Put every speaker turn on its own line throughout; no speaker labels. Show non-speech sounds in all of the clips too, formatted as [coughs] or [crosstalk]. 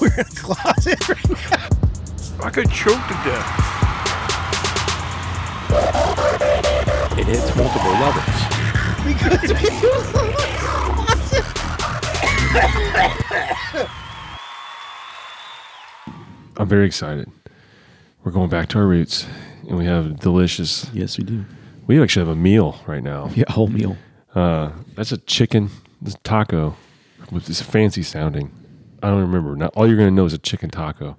We're in a closet right now.
I could choke to death.
It hits multiple levels.
Because we closet.
I'm very excited. We're going back to our roots, and we have delicious.
Yes, we do.
We actually have a meal right now.
[laughs] Yeah, whole meal.
Uh, that's a chicken this taco. Which is fancy sounding. I don't remember. Not all you're gonna know is a chicken taco.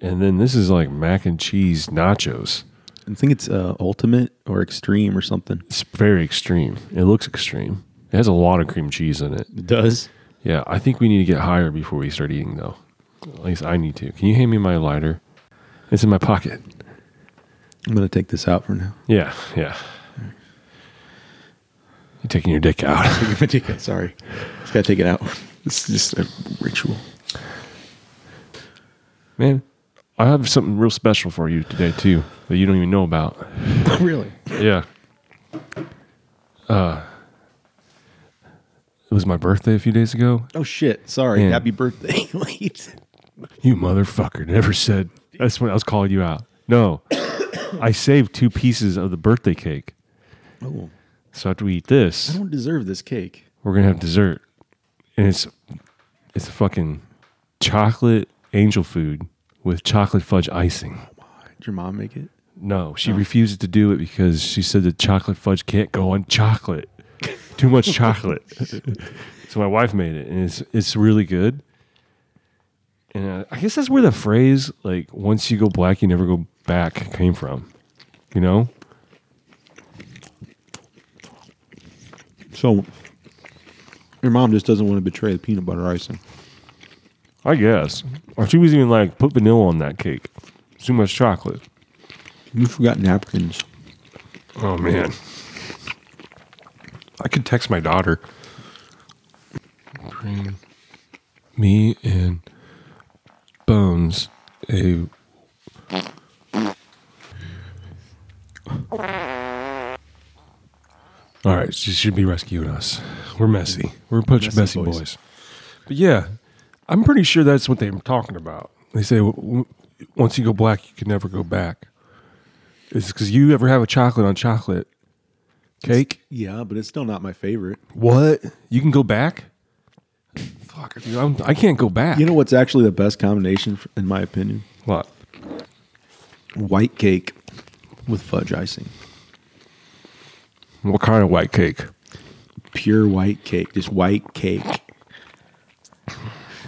And then this is like mac and cheese nachos.
I think it's uh, ultimate or extreme or something.
It's very extreme. It looks extreme. It has a lot of cream cheese in it.
It does.
Yeah, I think we need to get higher before we start eating though. At least I need to. Can you hand me my lighter? It's in my pocket.
I'm gonna take this out for [laughs] now.
Yeah, yeah. You're taking your dick out. [laughs]
Sorry, just gotta take it out. [laughs] It's just a ritual.
Man, I have something real special for you today too that you don't even know about.
[laughs] really?
Yeah. Uh, it was my birthday a few days ago.
Oh shit! Sorry.
Yeah.
Happy birthday, [laughs] late.
You motherfucker never said. That's when I was calling you out. No, [coughs] I saved two pieces of the birthday cake.
Oh,
So after we eat
I
this,
don't deserve this cake.
we're gonna have dessert, and it's it's a fucking chocolate angel food with chocolate fudge icing.
Did your mom make it?
No, she refuses to do it because she said the chocolate fudge can't go on chocolate. Too much chocolate. so my wife made it, and it's it's really good. And uh, I guess that's where the phrase like "once you go black, you never go back" came from. You know,
So, your mom just doesn't want to betray the peanut butter icing.
I guess. Or she was even like, "Put vanilla on that cake. It's too much chocolate."
You forgot napkins.
Oh man, I could text my daughter. Bring me and Bones a. All right, she should be rescuing us. We're messy. We're a bunch of
Messy
messy
boys.
boys. But yeah, I'm pretty sure that's what they were talking about. They say w- w- once you go black, you can never go back. It's because you ever have a chocolate on chocolate cake.
Yeah, but it's still not my favorite.
What? You can go back? Fuck, dude, I'm, I can't go back.
You know what's actually the best combination, f- in my opinion?
what?
White cake with fudge icing.
What kind of white cake?
Pure white cake. Just white cake.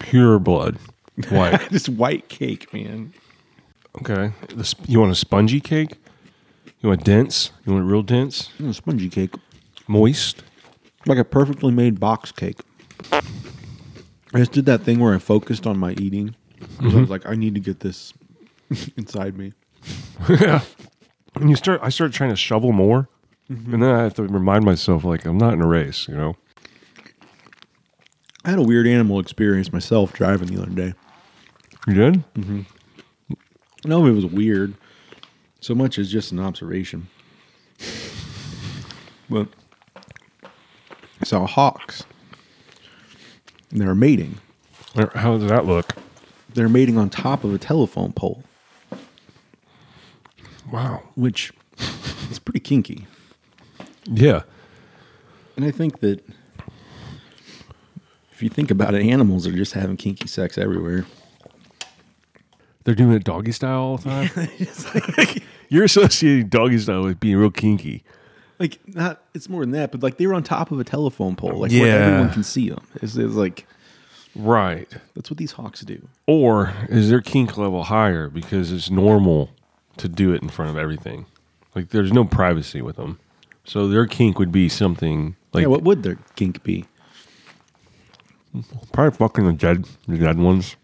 Pure blood.
[laughs]
White.
Just white cake, man.
okay. The sp- you want a spongy cake? You want dense? You want real dense?
Mm, spongy cake.
Moist?
Like a perfectly made box cake. I just did that thing where I focused on my eating. 'cause I was like, I need to get this [laughs] inside me.
yeah. And you start, I start trying to shovel more.
Mm-hmm.
And then I have to remind myself, like, I'm not in a race, you know?
I had a weird animal experience myself driving the other day.
You did?
No, it was weird. So much as just an observation. But I saw hawks. And they were mating. Mm-hmm.
Or How does that look?
They're mating on top of a telephone pole,
Wow.
which is pretty kinky.
Yeah.
And I think that if you think about it, animals are just having kinky sex [laughs] everywhere.
They're doing it doggy style all the
[laughs]
time. You're associating doggy style with being real kinky.
like not it's more than that, but like they were on top of a telephone pole, like
Yeah.
where everyone can see them. It's, it's like
Right.
that's what these hawks do.
Or is their kink level higher because it's normal to do it in front of everything? Like there's no privacy with them. So their kink would be something like
yeah, what would their kink be?
probably fucking the dead the dead ones.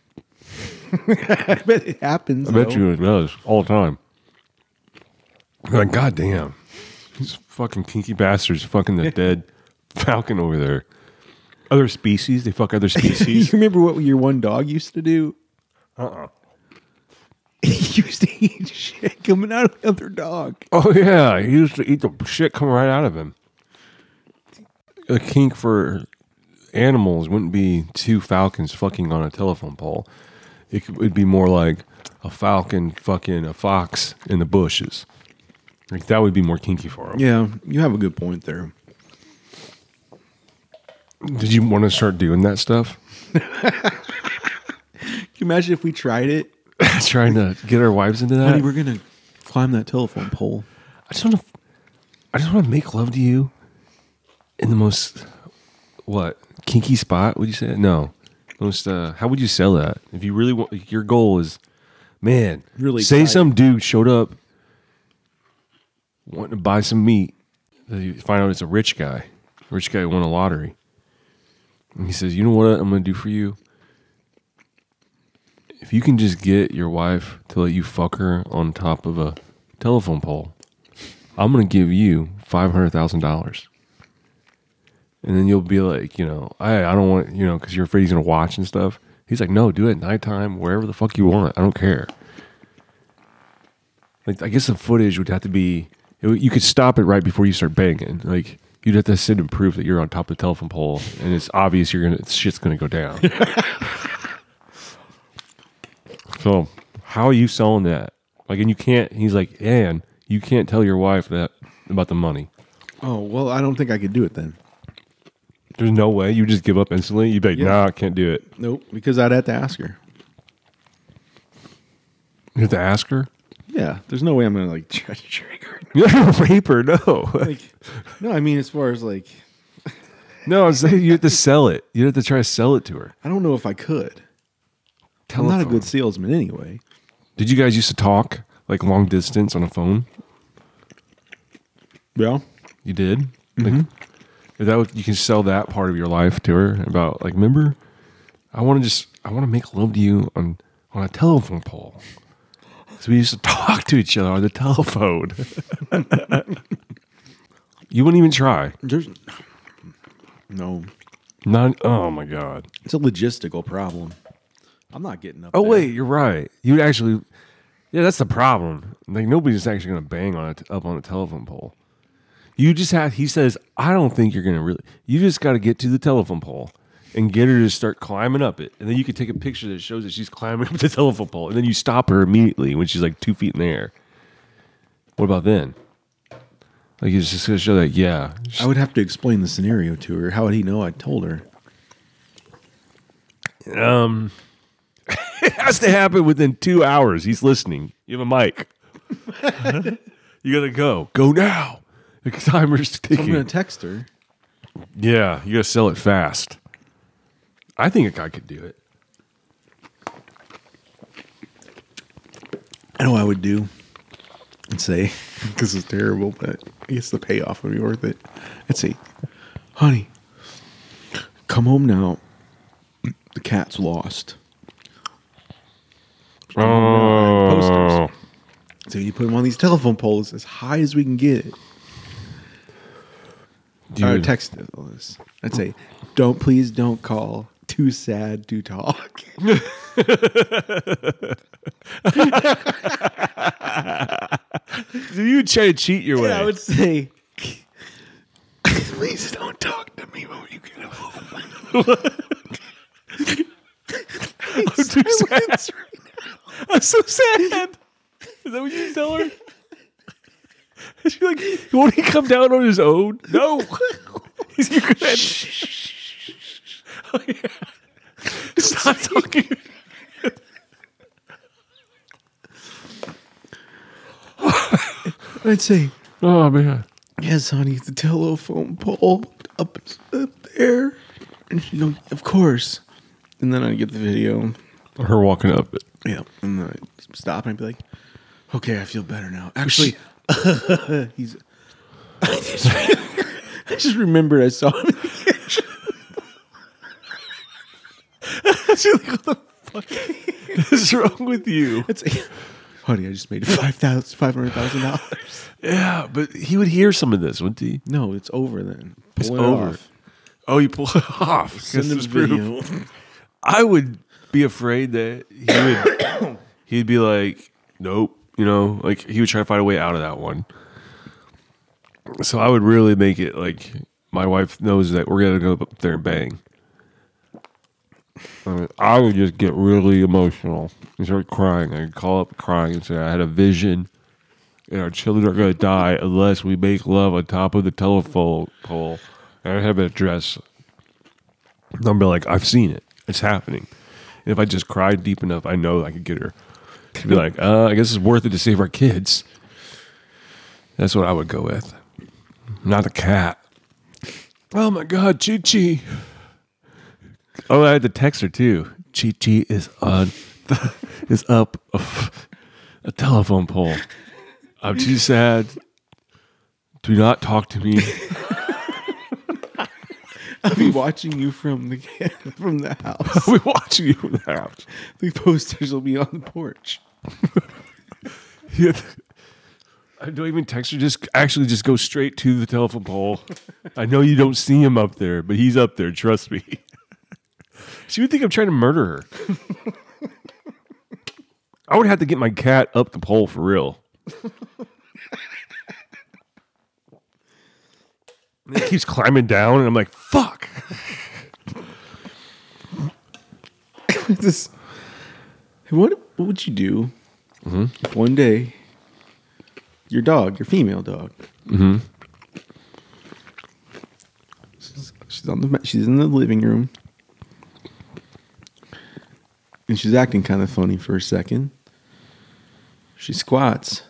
I bet it happens.
I bet
though.
you it does all the time. You're like, God damn. These fucking kinky bastards fucking [laughs] the dead falcon over there. Other species, they fuck [laughs]
[laughs]
other
You
species.
remember what your one dog used to do? Uh-uh. Uh uh [laughs] He used to eat shit coming out of the other dog.
Oh [laughs] yeah, he used to eat the shit coming right out of him. A kink for animals wouldn't be two falcons fucking on a telephone pole. It could, would be more like a falcon fucking a fox in the bushes. Like that would be more kinky for them.
Yeah, you have a good point there.
Did you want to start doing that stuff?
Can you imagine if we tried it?
[laughs] Trying to get our wives into that.
Honey, we're gonna climb that telephone pole.
I just want to. I just want to make love to you in the most what kinky spot? Would you say no? Most uh, how would you sell that? If you really want, your goal is, man,
Really
say
tight.
some dude showed up wanting to buy some meat. Then You find out it's a rich guy. Rich guy won a lottery, and he says, "You know what I'm going to do for you." If you can just get your wife to let you fuck her on top of a telephone pole, I'm gonna give you five hundred thousand dollars, and then you'll be like, you know, I I don't want you know because you're afraid he's gonna watch and stuff. He's like, no, do it at nighttime, wherever the fuck you want. I don't care. Like, I guess the footage would have to be. It, would- you could stop it right before you start banging. Like, you'd have to sit and prove that you're on top of the telephone pole, and it's obvious you're gonna shit's gonna go down. So how are you selling that? Like, and you can't. He's like, and you can't tell your wife that about the money.
Oh well, I don't think I could do it then.
There's no way you just give up instantly. You'd be like,
Yeah.
nah, I can't do it.
Nope, because I'd have to ask her.
You have to ask [laughs] her.
Yeah, there's no way I'm gonna like [laughs] try to trick her.
You're not a raper, no,
Like, no, I mean as far as like,
[laughs] no. I'm saying you have to sell it. You have to try to sell it to her.
I don't know if I could.
Telephone.
I'm not a good salesman anyway.
Did you guys used to talk like long distance on a phone?
Well,
You did. Like, if that would, you can sell that part of your life to her about like, remember, I want to just I want to make love to you on on a telephone pole. So we used to [laughs] talk to each other on the telephone. [laughs] you wouldn't even try.
there's no.
Not. Oh my god.
It's a logistical problem. I'm not getting up.
Oh
there.
wait, you're right. You would actually. Yeah, that's the problem. Like nobody's actually going to bang on it up on a telephone pole. You just have. He says, I don't think you're going to really. You just got to get to the telephone pole and get her to start climbing up it, and then you can take a picture that shows that she's climbing [laughs] up the telephone pole, and then you stop her immediately when she's like two feet in the air. What about then? Like it's just going to show that yeah,
I would have to explain the scenario to her. How would he know I told her?
It has to happen within two hours. He's listening. You have a [laughs] mic. you gotta go. Go now. The timer's
I'm gonna
ticking.
text her.
yeah, you gotta sell it fast. I think a guy could do it.
I know what I would do and say, [laughs] this is terrible, but I guess the payoff would be worth it. I'd say, honey, come home now. The cat's lost.
Oh,
So you put him on these telephone poles as high as we can get it.
Oh. dude.
Or text it. all this. I'd say, don't please don't call. Too sad to talk.
[laughs] Do you try to cheat your way?
And
[laughs]
I would [laughs] say, please don't talk to me when you get home.
I'm too sad. [laughs] I'm so [laughs] sad. Is that what you tell her? She's like, won't he come down on his own? [laughs] No. He's you could [laughs] oh, yeah. [laughs] Stop talking.
I'd say,
Oh man.
Yes, honey, the telephone pole up, up there. And she goes, Of course. And then I get the video.
Her walking up it.
Yeah. And then I stop and I'd be like, Okay, I feel better now. Actually, [laughs] he's. I just, I just remembered I saw him. in the kitchen. [laughs] She's like, "What
[laughs] What's wrong with you?
the-" It's- honey, I just made five thousand five hundred thousand dollars.
Yeah, but he would hear some of this, wouldn't he?
No, it's over then.
It's
Pull it
over.
off.
Oh, you pull it [laughs] off.
Send him
This
the
is proof.
video.
I would be afraid that he would [coughs] he'd be like, nope, you know, like he would try to find a way out of that one. So I would really make it like my wife knows that we're gonna go up there and bang. I, mean, I would just get really emotional and start crying. I could call up crying and say, I had a vision and our children are going to die unless we make love on top of the telephone pole. And I have an address. And I'll be like, I've seen it. It's happening. And if I just cried deep enough, I know I could get her. She'd be like, uh, I guess it's worth it to save our kids. That's what I would go with. Not the cat. Oh my God, Chi Chi. Oh, I had to text her too. Chi Chi is on, is up a, a telephone pole. I'm too sad. Do not talk to me. [laughs]
I'll be watching you from the [laughs] from the house. [laughs]
I'll be watching you from the house.
The posters will be on the porch. [laughs]
Yeah. I don't even text her. Just actually, just go straight to the telephone pole. I know you don't see him up there, but he's up there. Trust me. She would think I'm trying to murder her. I would have to get my cat up the pole for real. And it keeps climbing down, and I'm like, "Fuck!"
this, what what would you do if one day your dog, your female dog, she's, she's on the ma- she's in the living room, and she's acting kind of funny for a second. She squats.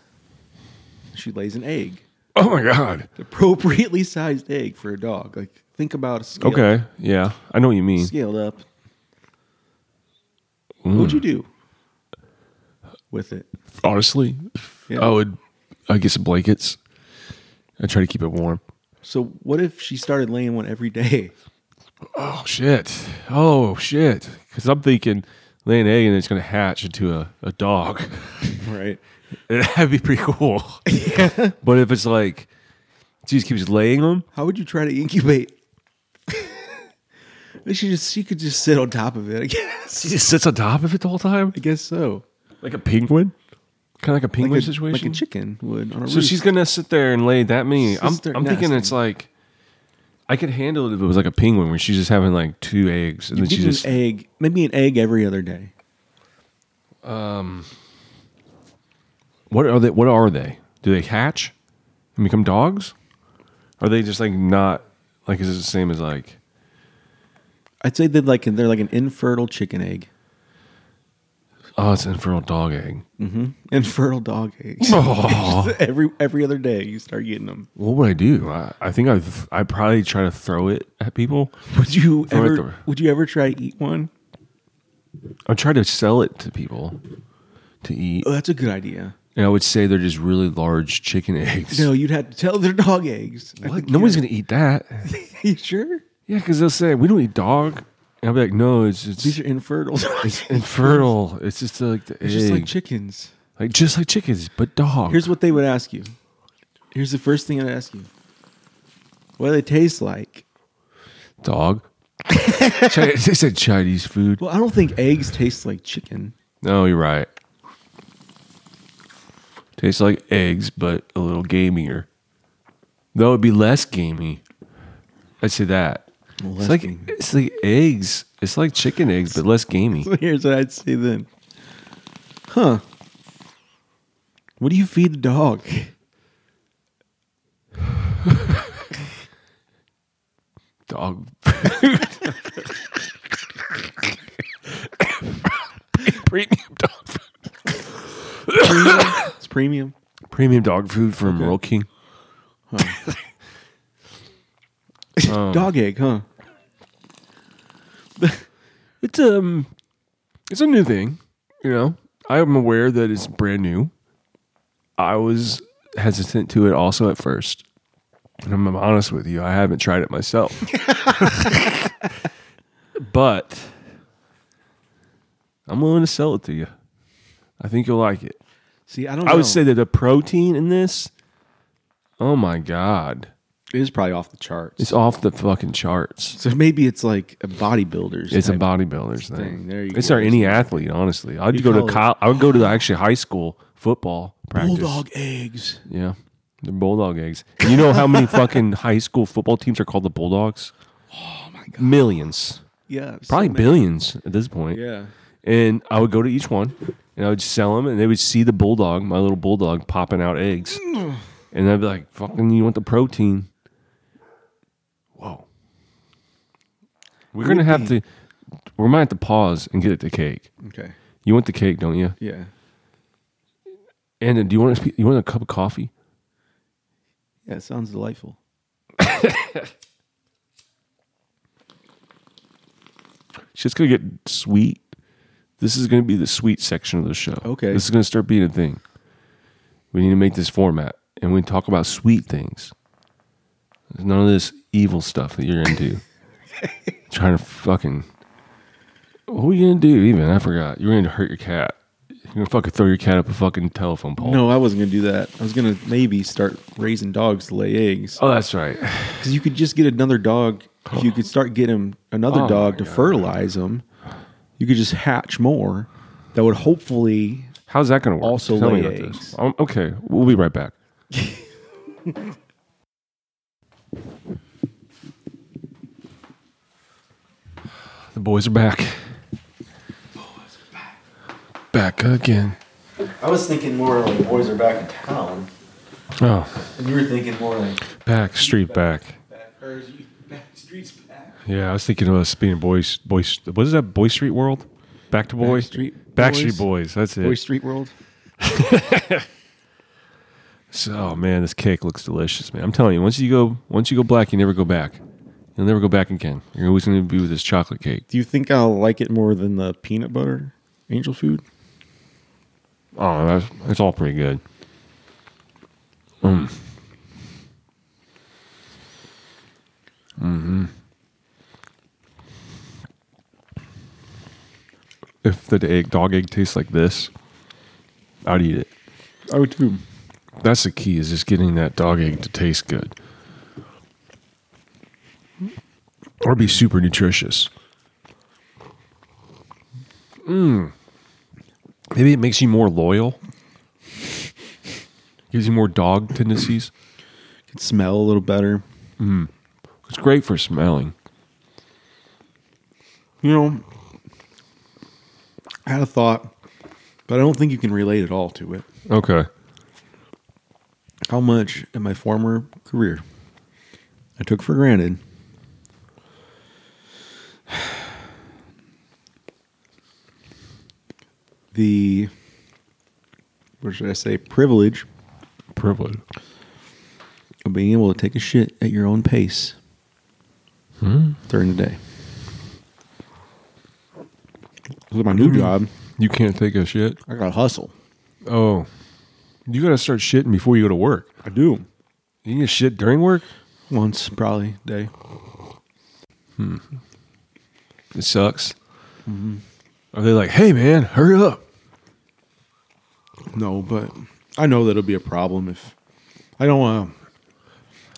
She lays an egg,
Oh my god.
[laughs] appropriately sized egg for a dog. Like think about a scale,
Okay. Yeah, I know what you mean.
scaled up.
Mm.
What would you do with it?
Honestly,
Yeah.
I would. I get some blankets. I try to keep it warm.
So what if she started laying one every day? [laughs]
Oh shit! Oh shit! Because I'm thinking laying an egg and it's going to hatch into a, a dog. [laughs]
Right.
That'd be pretty cool. [laughs] But if it's like she just keeps laying them,
How would you try to incubate? [laughs] she just she could just sit on top of it. I [laughs] guess.
she just sits on top of it the whole time,
I guess so.
like a penguin, kind of like a penguin
Like a, like
situation.
a chicken would on a
so she's gonna sit there and lay that many. I'm,
Sister
I'm thinking
nesting.
it's like I could handle it if it was like a penguin where she's just having like two eggs and
you
then she
give
just
an egg, maybe an egg every other day.
What are they? What are they? Do they hatch and become dogs? Are they just like not like? Is it the same as like?
I'd say they're like they're like an infertile chicken egg,
Oh, it's an infernal dog egg.
infertile dog egg.
Oh,
[laughs] every every other day you start getting them.
what would I do? I, I think I I probably try to throw it at people.
Would you
Throw it
ever?
through.
Would you ever try to eat one?
I try to sell it to people to eat,
Oh, that's a good idea.
and I would say they're just really large chicken eggs.
No, you'd have to tell they're dog eggs. I
[laughs] what?
think
Nobody's
you-
gonna eat that.
[laughs] You sure?
Yeah, because they'll say we don't eat dog. And I'll be like, no, it's it's,
These are infertile.
it's infertile. It's just like the egg,
It's just like chickens.
like just like chickens, but dog.
Here's what they would ask you. Here's the first thing I'd ask you. What do they taste like?
dog. [laughs] Chi- they said Chinese food.
Well, I don't think eggs taste like chicken. [laughs]
No, you're right. Tastes like eggs, but a little gamier. Though it'd be less gamey. I'd say that.
less
it's like
gamey.
it's like eggs. It's like chicken eggs, but less [laughs] gamey.
So here's what I'd say then. Huh. What do you feed a dog? [coughs]
Dog. premium dog. food.
It's premium.
Premium dog food from Roll King.
dog egg, huh?
It's um, it's a new thing. You know, I am aware that it's brand new. I was hesitant to it also at first, and I'm honest with you. I haven't tried it myself, but I'm willing to sell it to you. I think you'll like it.
See, I don't
I
know.
would say that the protein in this, oh my god,
it is probably off the charts.
it's off the fucking charts.
so maybe it's like a bodybuilder's.
It's a
type.
bodybuilder's thing.
thing. There you
it's
go.
our any athlete, honestly. I'd go
call
to
it-
col- I would go to the actually high school football practice.
bulldog eggs.
Yeah. They're bulldog eggs.
[laughs]
And you know how many fucking high school football teams are called the Bulldogs? Oh my god. Millions.
Yeah. so
probably
many.
billions at this point.
Yeah.
And I would go to each one and I would sell them and they would see the bulldog, my little bulldog, popping out eggs. and I'd be like, fucking, you want the protein? Whoa. We're going to have to, we might have to pause and get at the cake.
Okay.
You want the cake, don't you?
Yeah.
And then do you want, to, you want a cup of coffee?
Yeah. It sounds delightful.
Shit's going to get sweet. This is going to be the sweet section of the show.
Okay.
This is going to start being a thing. We need to make this format and we talk about sweet things. There's none of this evil stuff that you're
[laughs]
into. Trying to fucking. What were you going to do even? I forgot. You were going to hurt your cat. You're going to fucking throw your cat up a fucking telephone pole.
No, I wasn't gonna do that. I was gonna maybe start raising dogs to lay eggs
Oh, that's right.
because you could just get another dog. If you could start getting him another
Oh,
dog
my
to
God.
fertilize them, you could just hatch more. That would hopefully.
How's that going to work?
Also
Tell me
lay
about this.
eggs.
Um, okay, we'll be right back. [sighs] the boys are back. back. again.
I was thinking more like boys are back in town,
Oh,
and you were thinking more like
back street back.
back streets back.
Yeah, I was thinking of us being boys. Boys, what is that? Boy Street World. Back to boy.
Backstreet
Backstreet
Boys?
Boys. That's it.
Boy Street World.
So, oh man, this cake looks delicious, man. I'm telling you, once you go, once you go black, you never go back. You'll never go back again. You're always going to be with this chocolate cake.
Do you think I'll like it more than the peanut butter angel food?
Oh, that's, that's all pretty good. Mm. Mm. Mm-hmm. If the egg, dog egg tastes like this, I'd eat it.
I would too.
That's the key is just getting that dog egg to taste good. Or be super nutritious. Mm. Maybe it makes you more loyal. Gives you more dog tendencies.
Could smell a little better.
It's great for smelling.
You know, I had a thought, but I don't think you can relate at all to it.
Okay.
How much in my former career I took for granted [sighs] the, what should I say, privilege
Privilege.
of being able to take a shit at your own pace
Hmm.
during the day. With my new
Hmm.
job,
You can't take a shit.
I got to hustle.
Oh. You gotta start shitting before you go to work.
I do.
You can shit during work?
Once, probably, a day.
It sucks. Mm-hmm. Are they like, hey man, hurry up?
No, but I know that it'll be a problem if I don't want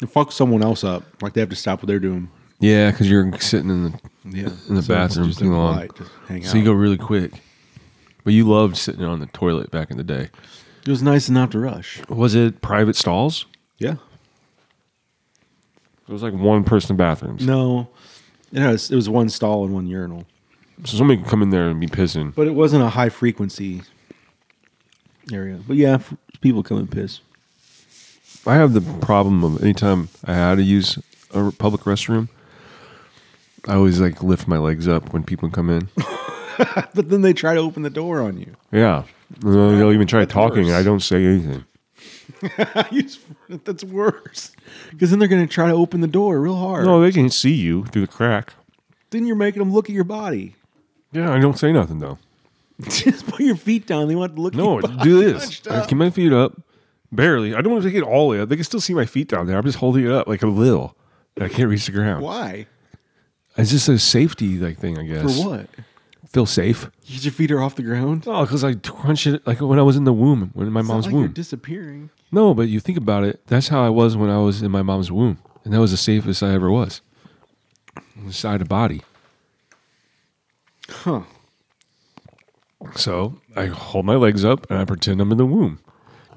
to fuck someone else up. Like they have to stop what they're doing.
Yeah, because you're sitting in the
Yeah,
in the bathroom too long,
hang
so you go really quick. But you loved sitting on the toilet back in the day.
It was nice not to rush.
Was it private stalls?
Yeah.
It was like one person bathrooms.
No, it was, it was one stall and one urinal,
So somebody could come in there and be pissing.
but it wasn't a high frequency area. But yeah, f- people come and piss.
I have the problem of anytime I had to use a r- public restroom, I always like lift my legs up when people
[laughs]
come in.
But then they try to open the door on you. [laughs]
yeah, And they'll they'll even try
That's
talking. and
worse.
I don't say anything.
That's worse. Because then they're going to try to open the door real hard.
No, they can see you through the crack.
Then you're making them look at your body. [laughs]
Yeah, I don't say nothing though.
Just put your feet down. They want to look at [laughs]
No,
your body.
do this. I keep my feet up, barely. I don't want to take it all the way up. They can still see my feet down there. I'm just holding it up like a little. I can't reach the ground.
Why?
It's just a safety like thing, I
For
guess.
what?
Feel safe.
Because your feet are off the ground?
Oh, because I crunch it like when I was in the womb, when in my mom's
like You're
womb.
disappearing.
no, but you think about it. That's how I was when I was in my mom's womb, and that was the safest I ever was. Inside a body.
Huh.
So I hold my legs up and I pretend I'm in the womb.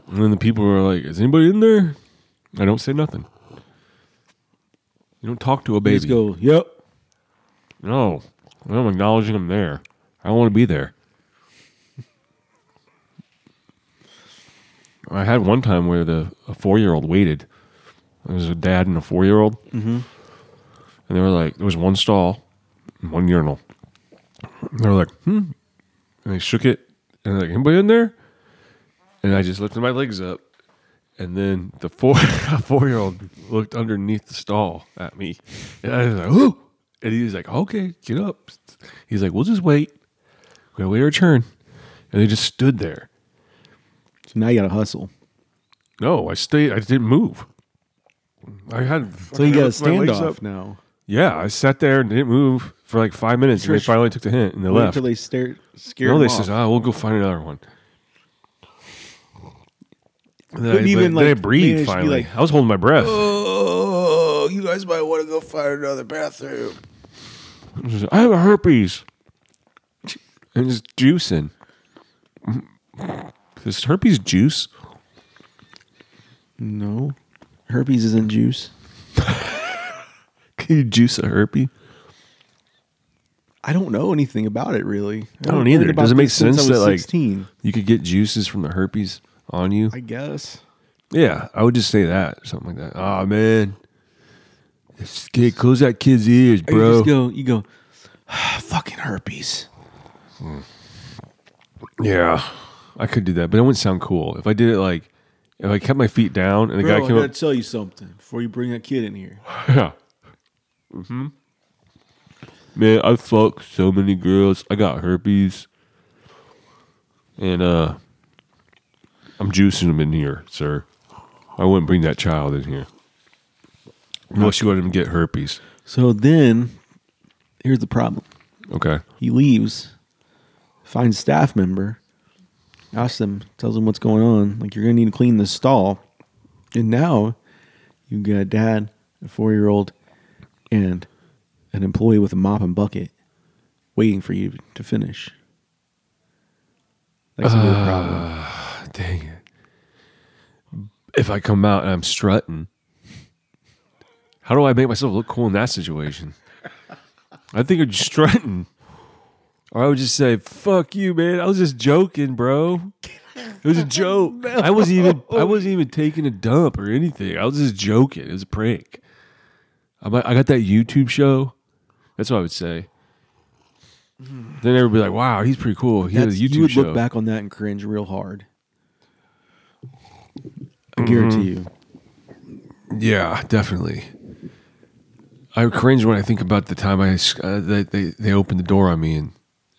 And then the people are like, Is anybody in there? I don't say nothing. You don't talk to a baby.
Just go, yep.
No. I'm acknowledging I'm there. I want to be there. I had one time where the a four year old waited. There was a dad and a four year old, mm-hmm. and they were like, there was one stall, and one urinal. And they were like, hmm, and they shook it, and they're like, anybody in there? And I just lifted my legs up, and then the four [laughs] four year old looked underneath the stall at me, and I was like, "Ooh!" And he was like, "Okay, get up." He's like, "We'll just wait. We'll wait our turn." And they just stood there.
So now you gotta hustle.
No, I stayed. I didn't move. I had
So you got a
my legs up.
standoff now.
Yeah, I sat there and didn't move for like five minutes, and they finally took the hint and they
Wait
left.
until they stare, scare
No,
them
they
off.
says, "Ah, we'll go find another one." And then I,
Couldn't even,
even, then
like,
I
manage to be
breathed finally.
like,
I was holding my breath.
Oh, you guys might want to go find another bathroom.
She's like, I have a herpes. And just juicing. Is herpes juice?
No, herpes isn't juice.
Can you juice a herpes?
I don't know anything about it really. I
don't either.
learned about
Does it make
this since
sense
I was
that, like-
16?
You could get juices from the herpes on you.
I guess.
yeah, I would just say that, something like that. Oh man, This kid, close that kid's ears,
You
bro.
just go. You go. "Ah, fucking herpes.
yeah, I could do that, but it wouldn't sound cool if I did it like if I kept my feet down and the guy came up.
tell you something before you bring that kid in here.
Yeah. Mm-hmm. Man, I fucked so many girls. I got herpes. And uh I'm juicing them in here, sir. I wouldn't bring that child in here. Unless you let him get herpes.
So then, here's the problem.
Okay.
He leaves, finds staff member, asks them, tells them what's going on. Like you're gonna need to clean this stall, and now you got a dad, a four year old, and an employee with a mop and bucket waiting for you to finish. That's a real
Uh,
problem.
Dang it. If I come out and I'm strutting, how do I make myself look cool in that situation? I think I'm strutting. Or I would just say, fuck you, man. I was just joking, bro. It was a
[laughs]
joke. I wasn't even I wasn't even taking a dump or anything. I was just joking. It was a prank. I might, I got that YouTube show. That's what I would say. Then everybody like, wow, he's pretty cool. He
Mm-hmm. That's,
has a YouTube
you would
show.
look back on that and cringe real hard. I guarantee you.
Mm-hmm. Yeah, definitely. I cringe when I think about the time I s- uh, they, they they opened the door on me in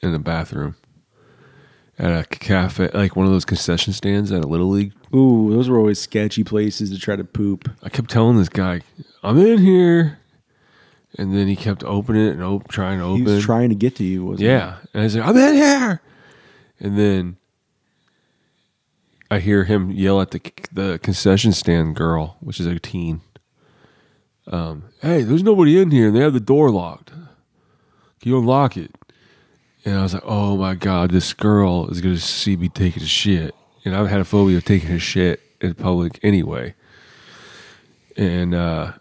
in the bathroom at a cafe, like one of those concession stands at a little league.
Ooh, those were always sketchy places to try to poop.
I kept telling this guy, "I'm in here," and then he kept opening it and op- trying to
He
open.
was trying to get to you, wasn't
Yeah. And I was like, I'm in here. And then I hear him yell at the the concession stand girl, which is a teen. Um, hey, there's nobody in here. and They have the door locked. Can you unlock it? And I was like, oh my God, this girl is going to see me taking a shit. And I've had a phobia of taking a shit in public anyway. And uh,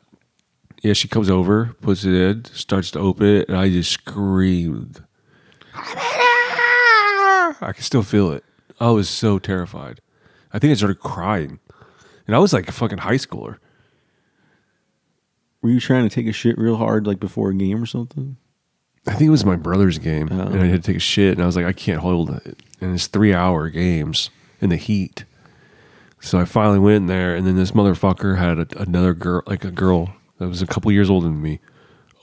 yeah, she comes over, puts it in, starts to open it, and I just screamed. I can still feel it. I was so terrified. I think I started crying. And I was like a fucking high schooler.
Were you trying to take a shit real hard, like before a game or something?
I think it was my brother's game, and I had to take a shit, and I was like, I can't hold it. And it's three hour games in the heat. So I finally went in there, and then this motherfucker had a, another girl, like a girl that was a couple years older than me,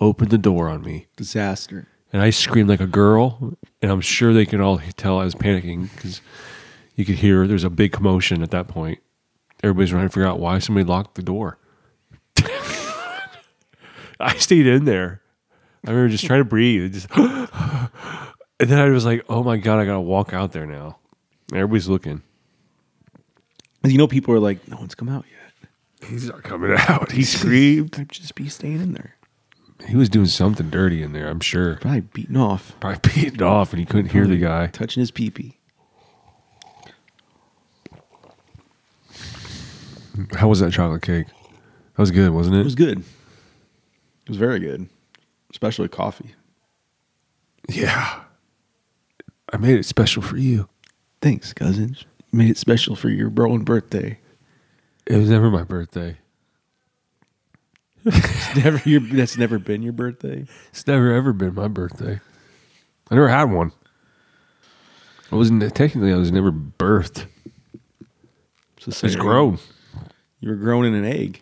opened the door on me.
Disaster.
and I screamed like a girl, and I'm sure they could all tell I was panicking because you could hear there's a big commotion at that point. Everybody's trying to figure out why somebody locked the door. [laughs] I stayed in there. I remember just trying to breathe, and just, [gasps] and then I was like, "Oh my god, I gotta walk out there now." And everybody's looking.
'Cause You know, people are like, no one's come out yet.
He's not coming out. He screamed.
I'd just be staying in there.
He was doing something dirty in there. I'm sure.
Probably beating off,
Probably peed off, and he couldn't hear the guy.
touching his pee pee.
How was that chocolate cake? That was good, wasn't it?
It was good. It was very good, especially coffee.
Yeah. I made it special for you.
Thanks, cousins. You made it special for your bro and birthday.
It was never my birthday.
It's [laughs] never your, that's never been your birthday.
It's never ever been my birthday. I never had one. I wasn't technically I was never birthed.
So
I was grown.
You were grown in an egg.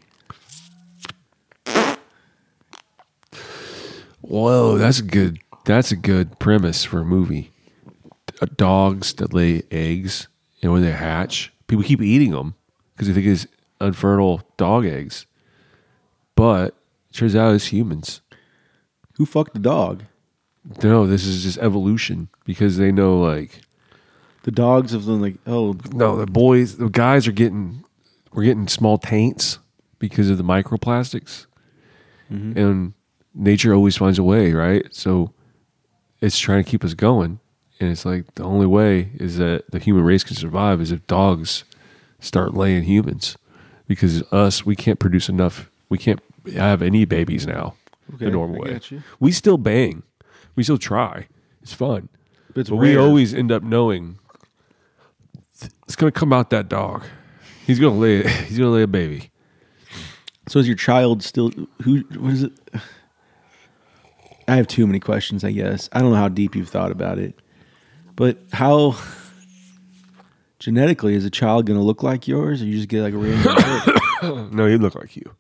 Whoa, that's a good that's a good premise for a movie. D- Dogs that lay eggs and when they hatch, people keep eating them because they think it's unfertile dog eggs. But it turns out it's humans.
Who fucked the dog?
No, this is just evolution because they know like
The dogs of them like oh
no, the boys, the guys are getting, we're getting small taints because of the microplastics,
Mm-hmm.
and nature always finds a way, right? So it's trying to keep us going, and it's like the only way is that the human race can survive is if dogs start laying humans, because us we can't produce enough, we can't have any babies now,
Okay,
the normal
I
way.
got you.
We still bang, we still try. It's fun.
it's
But we
rare.
always end up knowing it's gonna come out that dog. He's gonna lay. [laughs] He's gonna lay a baby.
So is your child still who what is it? I have too many questions, I guess. I don't know how deep you've thought about it. But how genetically is a child gonna look like yours or you just get like a random [coughs] kid?
No, he'd look like you.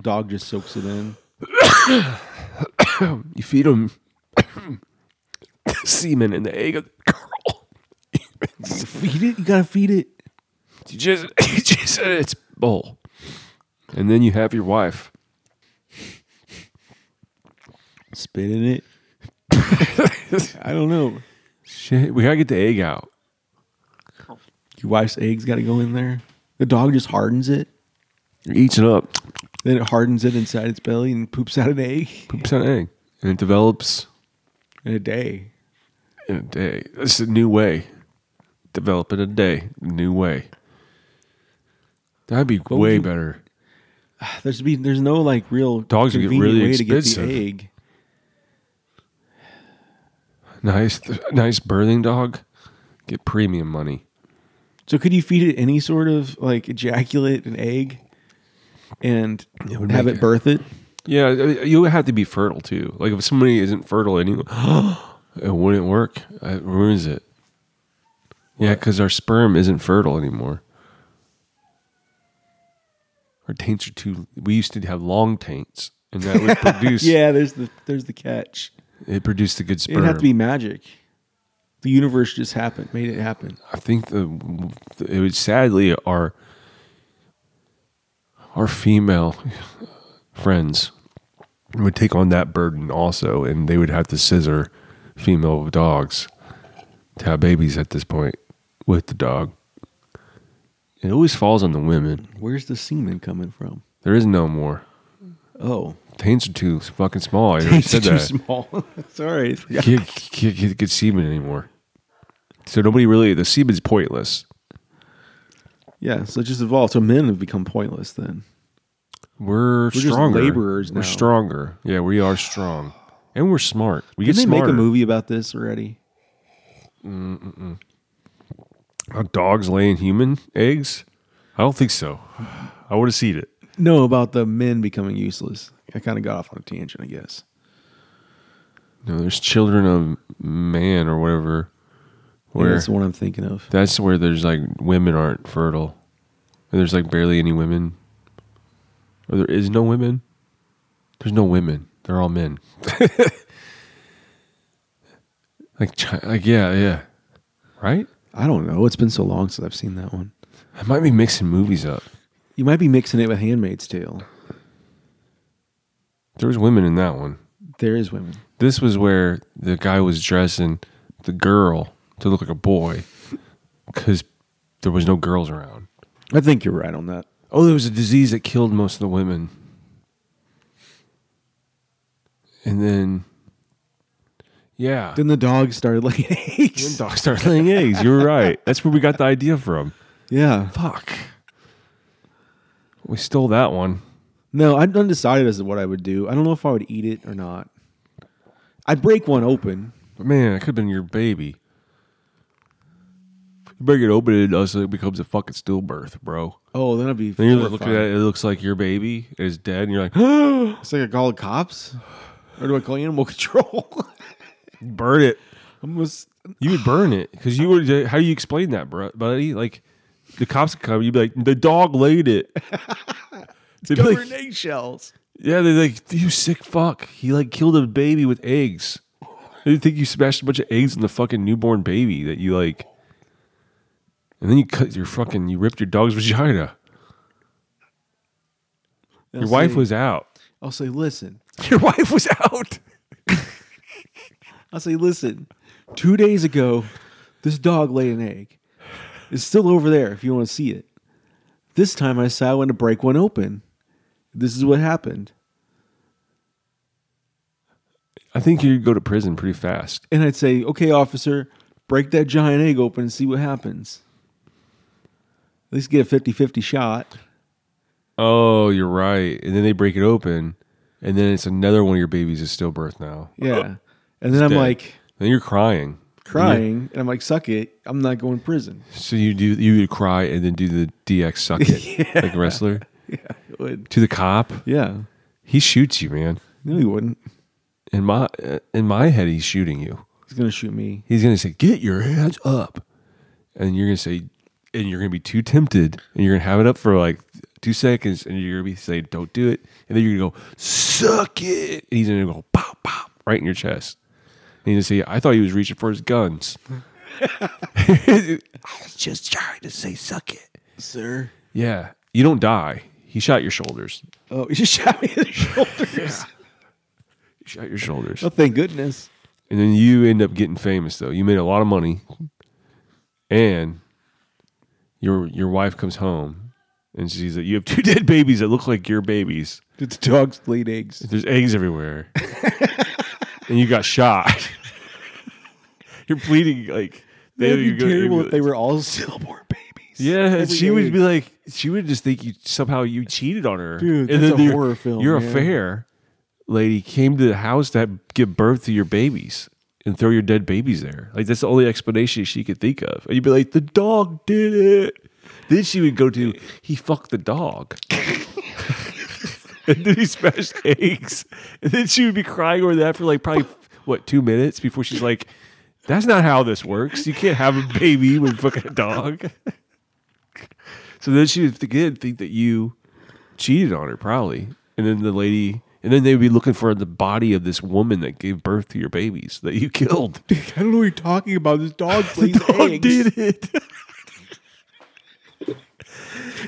dog just soaks it in?
You feed him [coughs] semen in the egg of the girl.
Feed it, you gotta feed it.
[laughs] You just, [laughs] you just in its bowl, and then you have your wife.
Spit in [laughs] it. I don't know.
Shit, we gotta get the egg out.
Your wife's eggs gotta go in there. The dog just hardens it.
It eats it up.
Then it hardens it inside its belly and poops out an egg
Poops out an egg, and it develops
in a day.
in a day. It's a new way. Develop in a day. New way. That'd be
would
way
you-
better.
There's be there's no like real
Dogs would get
convenient
really
way to
expensive.
get the egg.
Nice, nice birthing dog. Get premium money.
So could you feed it any sort of like ejaculate an egg and
would
have
make
it
it-
birth it?
Yeah, I mean, you would have to be fertile too. Like if somebody isn't fertile anyway, [gasps] it wouldn't work. It ruins it. Yeah, because our sperm isn't fertile anymore. Our taints are too. We used to have long taints, and that [laughs] would produce.
Yeah, there's the there's the catch.
it produced the good
It
sperm.
didn't have to be magic. The universe just happened, made it happen.
I think the it was sadly our our female friends would take on that burden also, and they would have to scissor female dogs to have babies at this point with the dog. It always falls on the women.
Where's the semen coming from?
There is no more. [laughs]
Oh,
Taints are too fucking small. I
[laughs]
already said
too
that.
small. [laughs] Sorry,
You can't, can't, can't get semen anymore. So nobody really the semen's pointless.
yeah. So it just evolved. So men have become pointless then.
We're,
just
stronger.
laborers now.
We're stronger. Yeah, we are strong, and we're smart. We
Did
get
they
smarter.
make a movie about this already?
How dogs laying human eggs? I don't think so. I would have seen it.
No, about the men becoming useless. I kind of got off on a tangent, I guess.
No, there's children of man or whatever.
Where?
Where
that's the one I'm thinking of.
that's where there's like women aren't fertile, and there's like barely any women, or there is no women. There's no women. They're all men. [laughs] like, chi- like yeah, yeah, right.
I don't know. It's been so long since I've seen that one.
I might be mixing movies up.
You might be mixing it with Handmaid's Tale.
There was women in that one.
There is women.
This was where the guy was dressing the girl to look like a boy because there was no girls around.
I think you're right on that.
Oh, there was a disease that killed most of the women. And then, yeah. [laughs]
Then the dog started [laughs] laying
Then
eggs.
dogs start laying eggs. You were right. That's where we got the idea from.
Yeah.
Fuck. We stole that one.
No, I'm undecided as to what I would do. I don't know if I would eat it or not. I break one open.
But man, it could have been your baby. You better get open it else it becomes a fucking stillbirth, bro.
Oh, then I'll be.
Then you look at
horrified.
it, it looks like your baby is dead, and you're like,
It's like I call the cops, or do I call animal [laughs] control?
[gasps] [laughs] burn it.
I'm just,
You would burn it because you would. How do you explain that, bro, buddy? Like, the cops would come, you'd be like, the dog laid it. [laughs] They'd be
covered
like,
in eggshells.
yeah, they're like, you sick fuck. He like killed a baby with eggs. They think you smashed a bunch of eggs in the fucking newborn baby that you like, and then you cut your fucking, you ripped your dog's vagina. Your
I'll
wife
say-
was out.
I'll say, listen.
[laughs] Your wife was out.
I'll say, listen. Two days ago, this dog laid an egg. It's still over there. If you want to see it. This time I saw I went to break one open. This is what happened,
I think you'd go to prison pretty fast.
and I'd say, okay, officer, break that giant egg open and see what happens. At least get a 50-50 shot.
Oh, you're right. And then they break it open, and then it's another one of your babies is stillbirth now.
[laughs] Yeah. And then I'm
Dead.
like
then you're crying,
crying, and I'm like, suck it. I'm not going to prison.
So you do you would cry and then do the DX suck [laughs] it like a wrestler
It would.
to the cop.
Yeah.
He shoots you, man.
No, he wouldn't.
In my uh, in my head, he's shooting you.
He's going to shoot me.
He's gonna say, "Get your hands up," and you're gonna say, and you're gonna be too tempted, and you're gonna have it up for like two seconds, and you're gonna be saying, "Don't do it," and then you're gonna go, "Suck it," and he's gonna go, "Pop, pop," right in your chest. And he's gonna say, "I thought he was reaching for his guns." [laughs] I was just trying to say, "Suck it."
Sir.
Yeah, you don't die. He shot your shoulders.
Oh, [laughs] he just shot me in the shoulders.
He shot your shoulders,
Oh, thank goodness.
and then you end up getting famous. Though you made a lot of money, and your your wife comes home and she's like, "You have two [laughs] dead babies that look like your babies.
[laughs] Did the dogs laid eggs?
There's
[laughs]
eggs everywhere, and you got shot. [laughs] You're bleeding like
It would
you
be
go to
terrible if they
ambulance.
were all [laughs] stillborn babies. [laughs]
Yeah, and
Every
she would
egg.
be like, she would just think you somehow you cheated on her.
Dude,
and
that's a
your-
horror film,
Your
man.
affair lady came to the house to give birth to your babies and throw your dead babies there. Like that's the only explanation she could think of. And you'd be like, the dog did it. Then she would go to, he fucked the dog. [laughs] and then he smashed eggs. And then she would be crying over that for like probably what two minutes before she's like, "That's not how this works. You can't have a baby with fucking a dog." [laughs] so then she would again think that you cheated on her, probably. And then the lady, and then they would be looking for the body of this woman that gave birth to your babies that
[laughs]
you [laughs] killed.
I don't know what you're talking about. This [laughs] dog
The
laid
dog
eggs.
did it.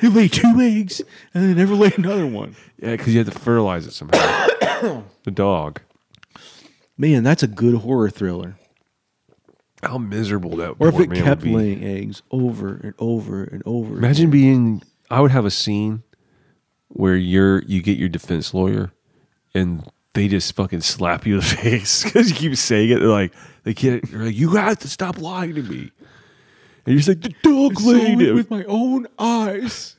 He laid two eggs and then never laid another one.
yeah, because you had to fertilize
[coughs]
it somehow. the dog.
Man, that's a good horror thriller.
How miserable that
Or if
poor
it
man would
kept
be.
laying eggs over and over and over.
Imagine being. I would have a scene where you're you get your defense lawyer, and they just fucking slap you in the [laughs] face because you keep saying it. They're like, they can't. They're like, you have to stop lying to me. And you're just like, the dog
Saw it
laid it.
with my own eyes.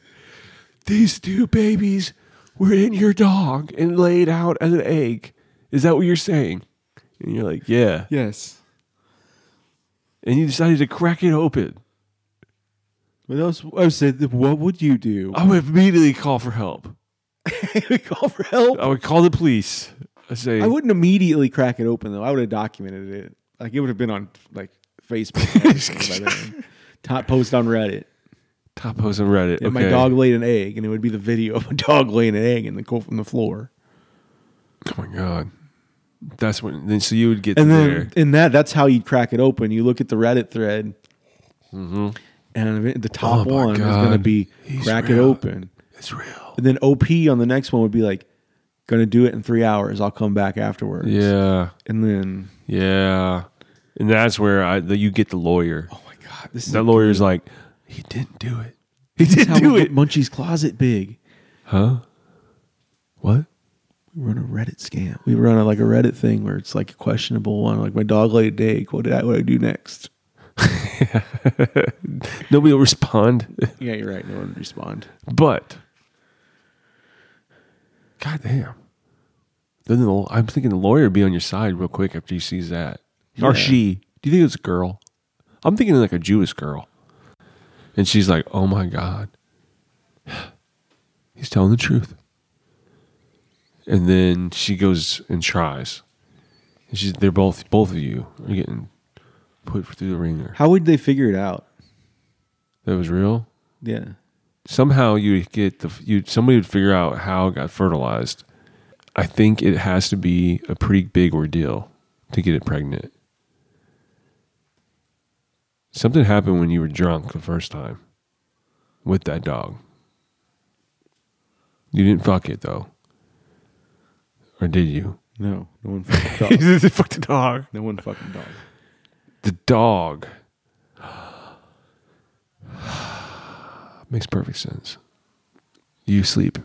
These two babies were in your dog and laid out as an egg. Is that what you're saying? And you're like, yeah.
[laughs] Yes.
And you decided to crack it open.
What else? I said, what would you do?
I would immediately call for help.
[laughs] I call for help.
I would call the police. I say,
I wouldn't immediately crack it open though. I would have documented it. Like it would have been on like [laughs] Facebook or something by then. Top post on Reddit.
top post on Reddit.
And my
okay.
dog laid an egg, and it would be the video of a dog laying an egg in the co- from the floor.
Oh my god, that's when. Then so you would get
And
to
then
there.
in that, that's how you crack it open. You look at the Reddit thread,
Mm-hmm.
and the top
Oh my
one is
God.
going to be
He's
crack it
real.
open.
It's real.
And then OP on the next one would be like, going to do it in three hours. I'll come back afterwards.
Yeah,
And then,
yeah, and that's where I the, you get the lawyer.
oh my God, this is
that lawyer's like, he didn't do it.
he did
do it.
Munchie's closet big.
Huh? What?
We run a Reddit scam. We run a, like a Reddit thing where it's like a questionable one. Like my dog laid an egg. What did I? What do I do next?
Nobody will respond.
Yeah, you're right. No one would respond.
but, god damn, Then the, I'm thinking the lawyer would be on your side real quick after he sees that. Or she. Do you think it's a girl? I'm thinking like a Jewish girl. And she's like, oh my God. He's telling the truth. And then she goes and tries. And she's, they're both, both of you are getting put through the ringer.
How would they figure it out?
That was real.
Yeah.
somehow you would get the you somebody would figure out how it got fertilized. I think it has to be a pretty big ordeal to get it pregnant. Something happened when you were drunk the first time with that dog. You didn't fuck it though. Or did you?
No, no one [laughs] fucking
[laughs] You
dog.
didn't fuck the dog.
no one fucking dog.
The dog [sighs] makes perfect sense. You sleep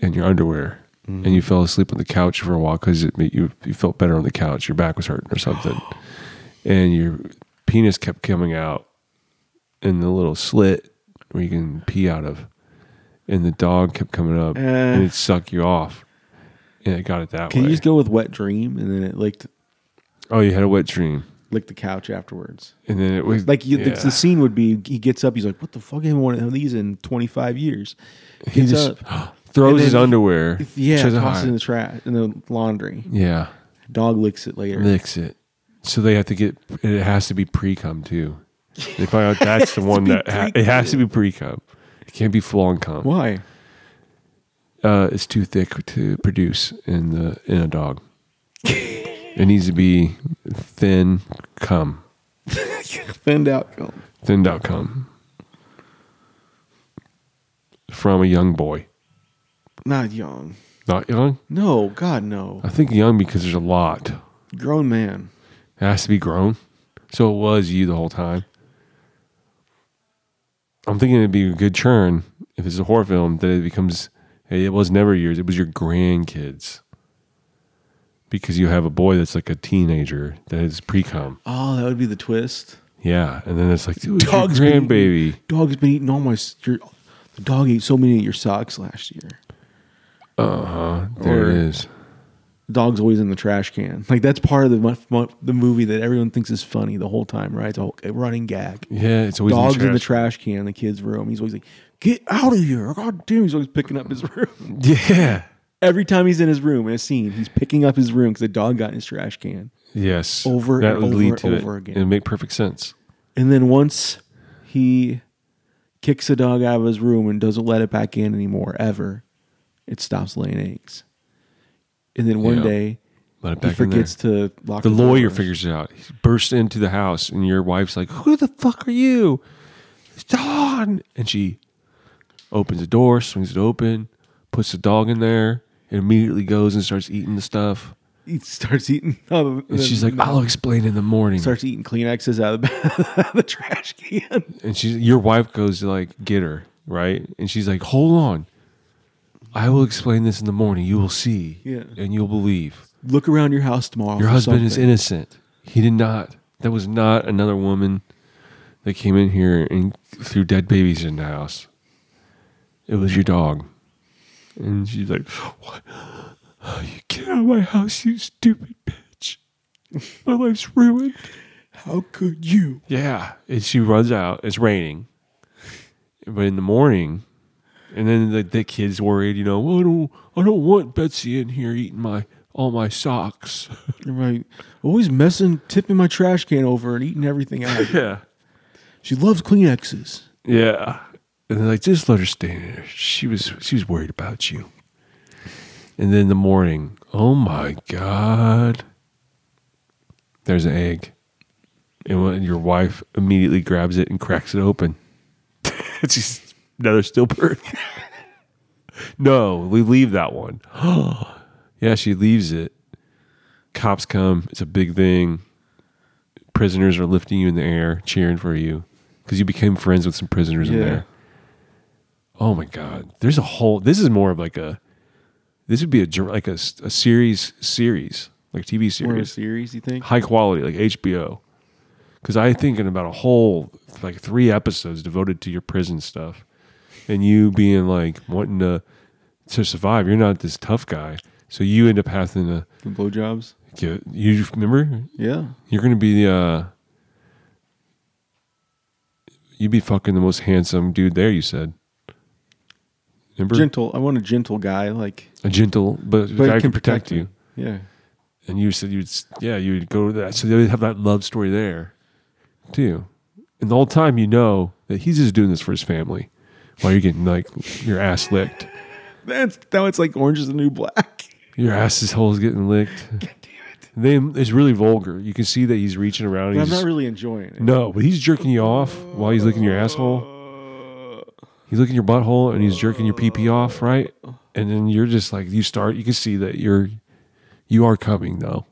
in your underwear, and
Mm-hmm.
you fell asleep on the couch for a while because it made you you felt better on the couch. Your back was hurting
[sighs]
or something, and your penis kept coming out in the little slit where you can pee out of, and the dog kept coming up
Eh.
and it sucked you off, and it got it that
Can
way.
you just go with wet dream and then it licked
oh, you had a wet dream,
licked the couch afterwards?
and then it was
Like you, the,
Yeah.
the scene would be, he gets up, he's like, "What the fuck? I haven't worn one of these in 25 years."
he
Gets
just
up,
[gasps] throws
And then
his
he-
underwear.
yeah,
tries to
tosses it in
hide.
the trash in the laundry.
yeah,
Dog licks it later.
licks it. So they have to get. It has to be pre cum too. They
[laughs]
find out that's the one that ha- it has to be pre cum. It can't be full on cum.
Why?
Uh, it's too thick to produce in the in
[laughs]
a dog. it needs to be thin cum,
Thinned out. Go.
thinned out cum from a young boy.
Not young.
Not young.
No, God, no.
I think young because there's a lot.
Grown man.
It has to be grown. So it was you the whole time. I'm thinking it'd be a good churn if it's a horror film that it becomes. hey, It was never yours. It was your grandkids. Because you have a boy that's like a teenager that is pre cum.
Oh, that would be the twist.
Yeah. And then it's like, dude, it's your
Dog's been
grandbaby.
Dog's been eating all my. s- Your, the dog ate so many of your socks last year.
There
or-
it is.
The dog's always in the trash can. Like that's part of the mu- mu- the movie that everyone thinks is funny the whole time, right? It's a, whole- a running gag.
Yeah. It's always
Dog's in the trash can in the kid's room. He's always like, "Get out of here!" God damn, he's always picking up
[laughs]
his room. [laughs]
Yeah.
Every time he's in his room in a scene, he's picking up his room because the dog got in his trash can.
Yes.
Over and
that would
over
lead
and
to
over
it.
again.
It'd make perfect sense.
And then once he kicks the dog out of his room and doesn't let it back in anymore, ever, it stops laying eggs. And then one
Yeah.
day
Let it
he
back in there.
forgets to lock
The lawyer
doors.
figures it out. He bursts into the house, and your wife's like, "Who the fuck are you?" It's Dawn, and she opens the door, swings it open, puts the dog in there, and immediately goes and starts eating the stuff.
He starts eating. Um,
And she's like, "I'll explain in the morning."
starts eating Kleenexes out [laughs] of the, the trash can.
And she's your wife goes to like get her right, and she's like, "Hold on, I will explain this in the morning. You will see,
Yeah.
and you'll believe."
Look around your house tomorrow.
Your
for
husband is
something.
innocent. He did not. That was not another woman that came in here and threw dead babies in the house. It was your dog. And she's like, what? You get out of my house, you stupid bitch. My life's ruined.
How could you?
Yeah. And she runs out. It's raining. But in the morning, and then the, the kid's worried, you know, I don't, I don't want Betsy in here eating my all my socks. [laughs]
You're right. Always messing, tipping my trash can over and eating everything out.
Yeah.
[laughs] she loves Kleenexes.
Yeah. And they're like, just let her stay in there. She was she was worried about you. And then in the morning, oh my God. There's an egg. And when your wife immediately grabs it and cracks it open. [laughs] it's just another stillbirth. [laughs] no, we leave that one. [gasps] yeah, she leaves it. Cops come. It's a big thing prisoners are lifting you in the air, cheering for you because you became friends with some prisoners in
Yeah.
there. Oh my God! There's a whole. This is more of like a. This would be a dr- like a, s- a series series like TV
More of a
series,
series, you think?
high quality like HBO. Because I thinking about a whole like three episodes devoted to your prison stuff, and you being like wanting to to survive. You're not this tough guy. So you end up having to
The blowjobs.
give. You remember
Yeah.
you're gonna be the. Uh, you'd be fucking the most handsome dude there. You said. Remember
Gentle. I want a gentle guy. Like,
a gentle, but,
but
I
it
can protect,
me.
you.
Yeah.
And you said you'd, s- yeah, you would go to that. So they would have that love story there, too. And the whole time you know that he's just doing this for his family, while you're getting like your ass licked.
That's now it's like Orange is the New Black. [laughs]
Your ass hole is getting licked.
God damn
Then it's really vulgar. You can see that he's reaching around.
it.
And
I'm
he's
not
just-
really enjoying it.
no, but he's jerking you off while he's licking your asshole. He's licking your butthole and he's jerking your pee pee off, right? And then you're just like you start. You can see that you're you are coming though.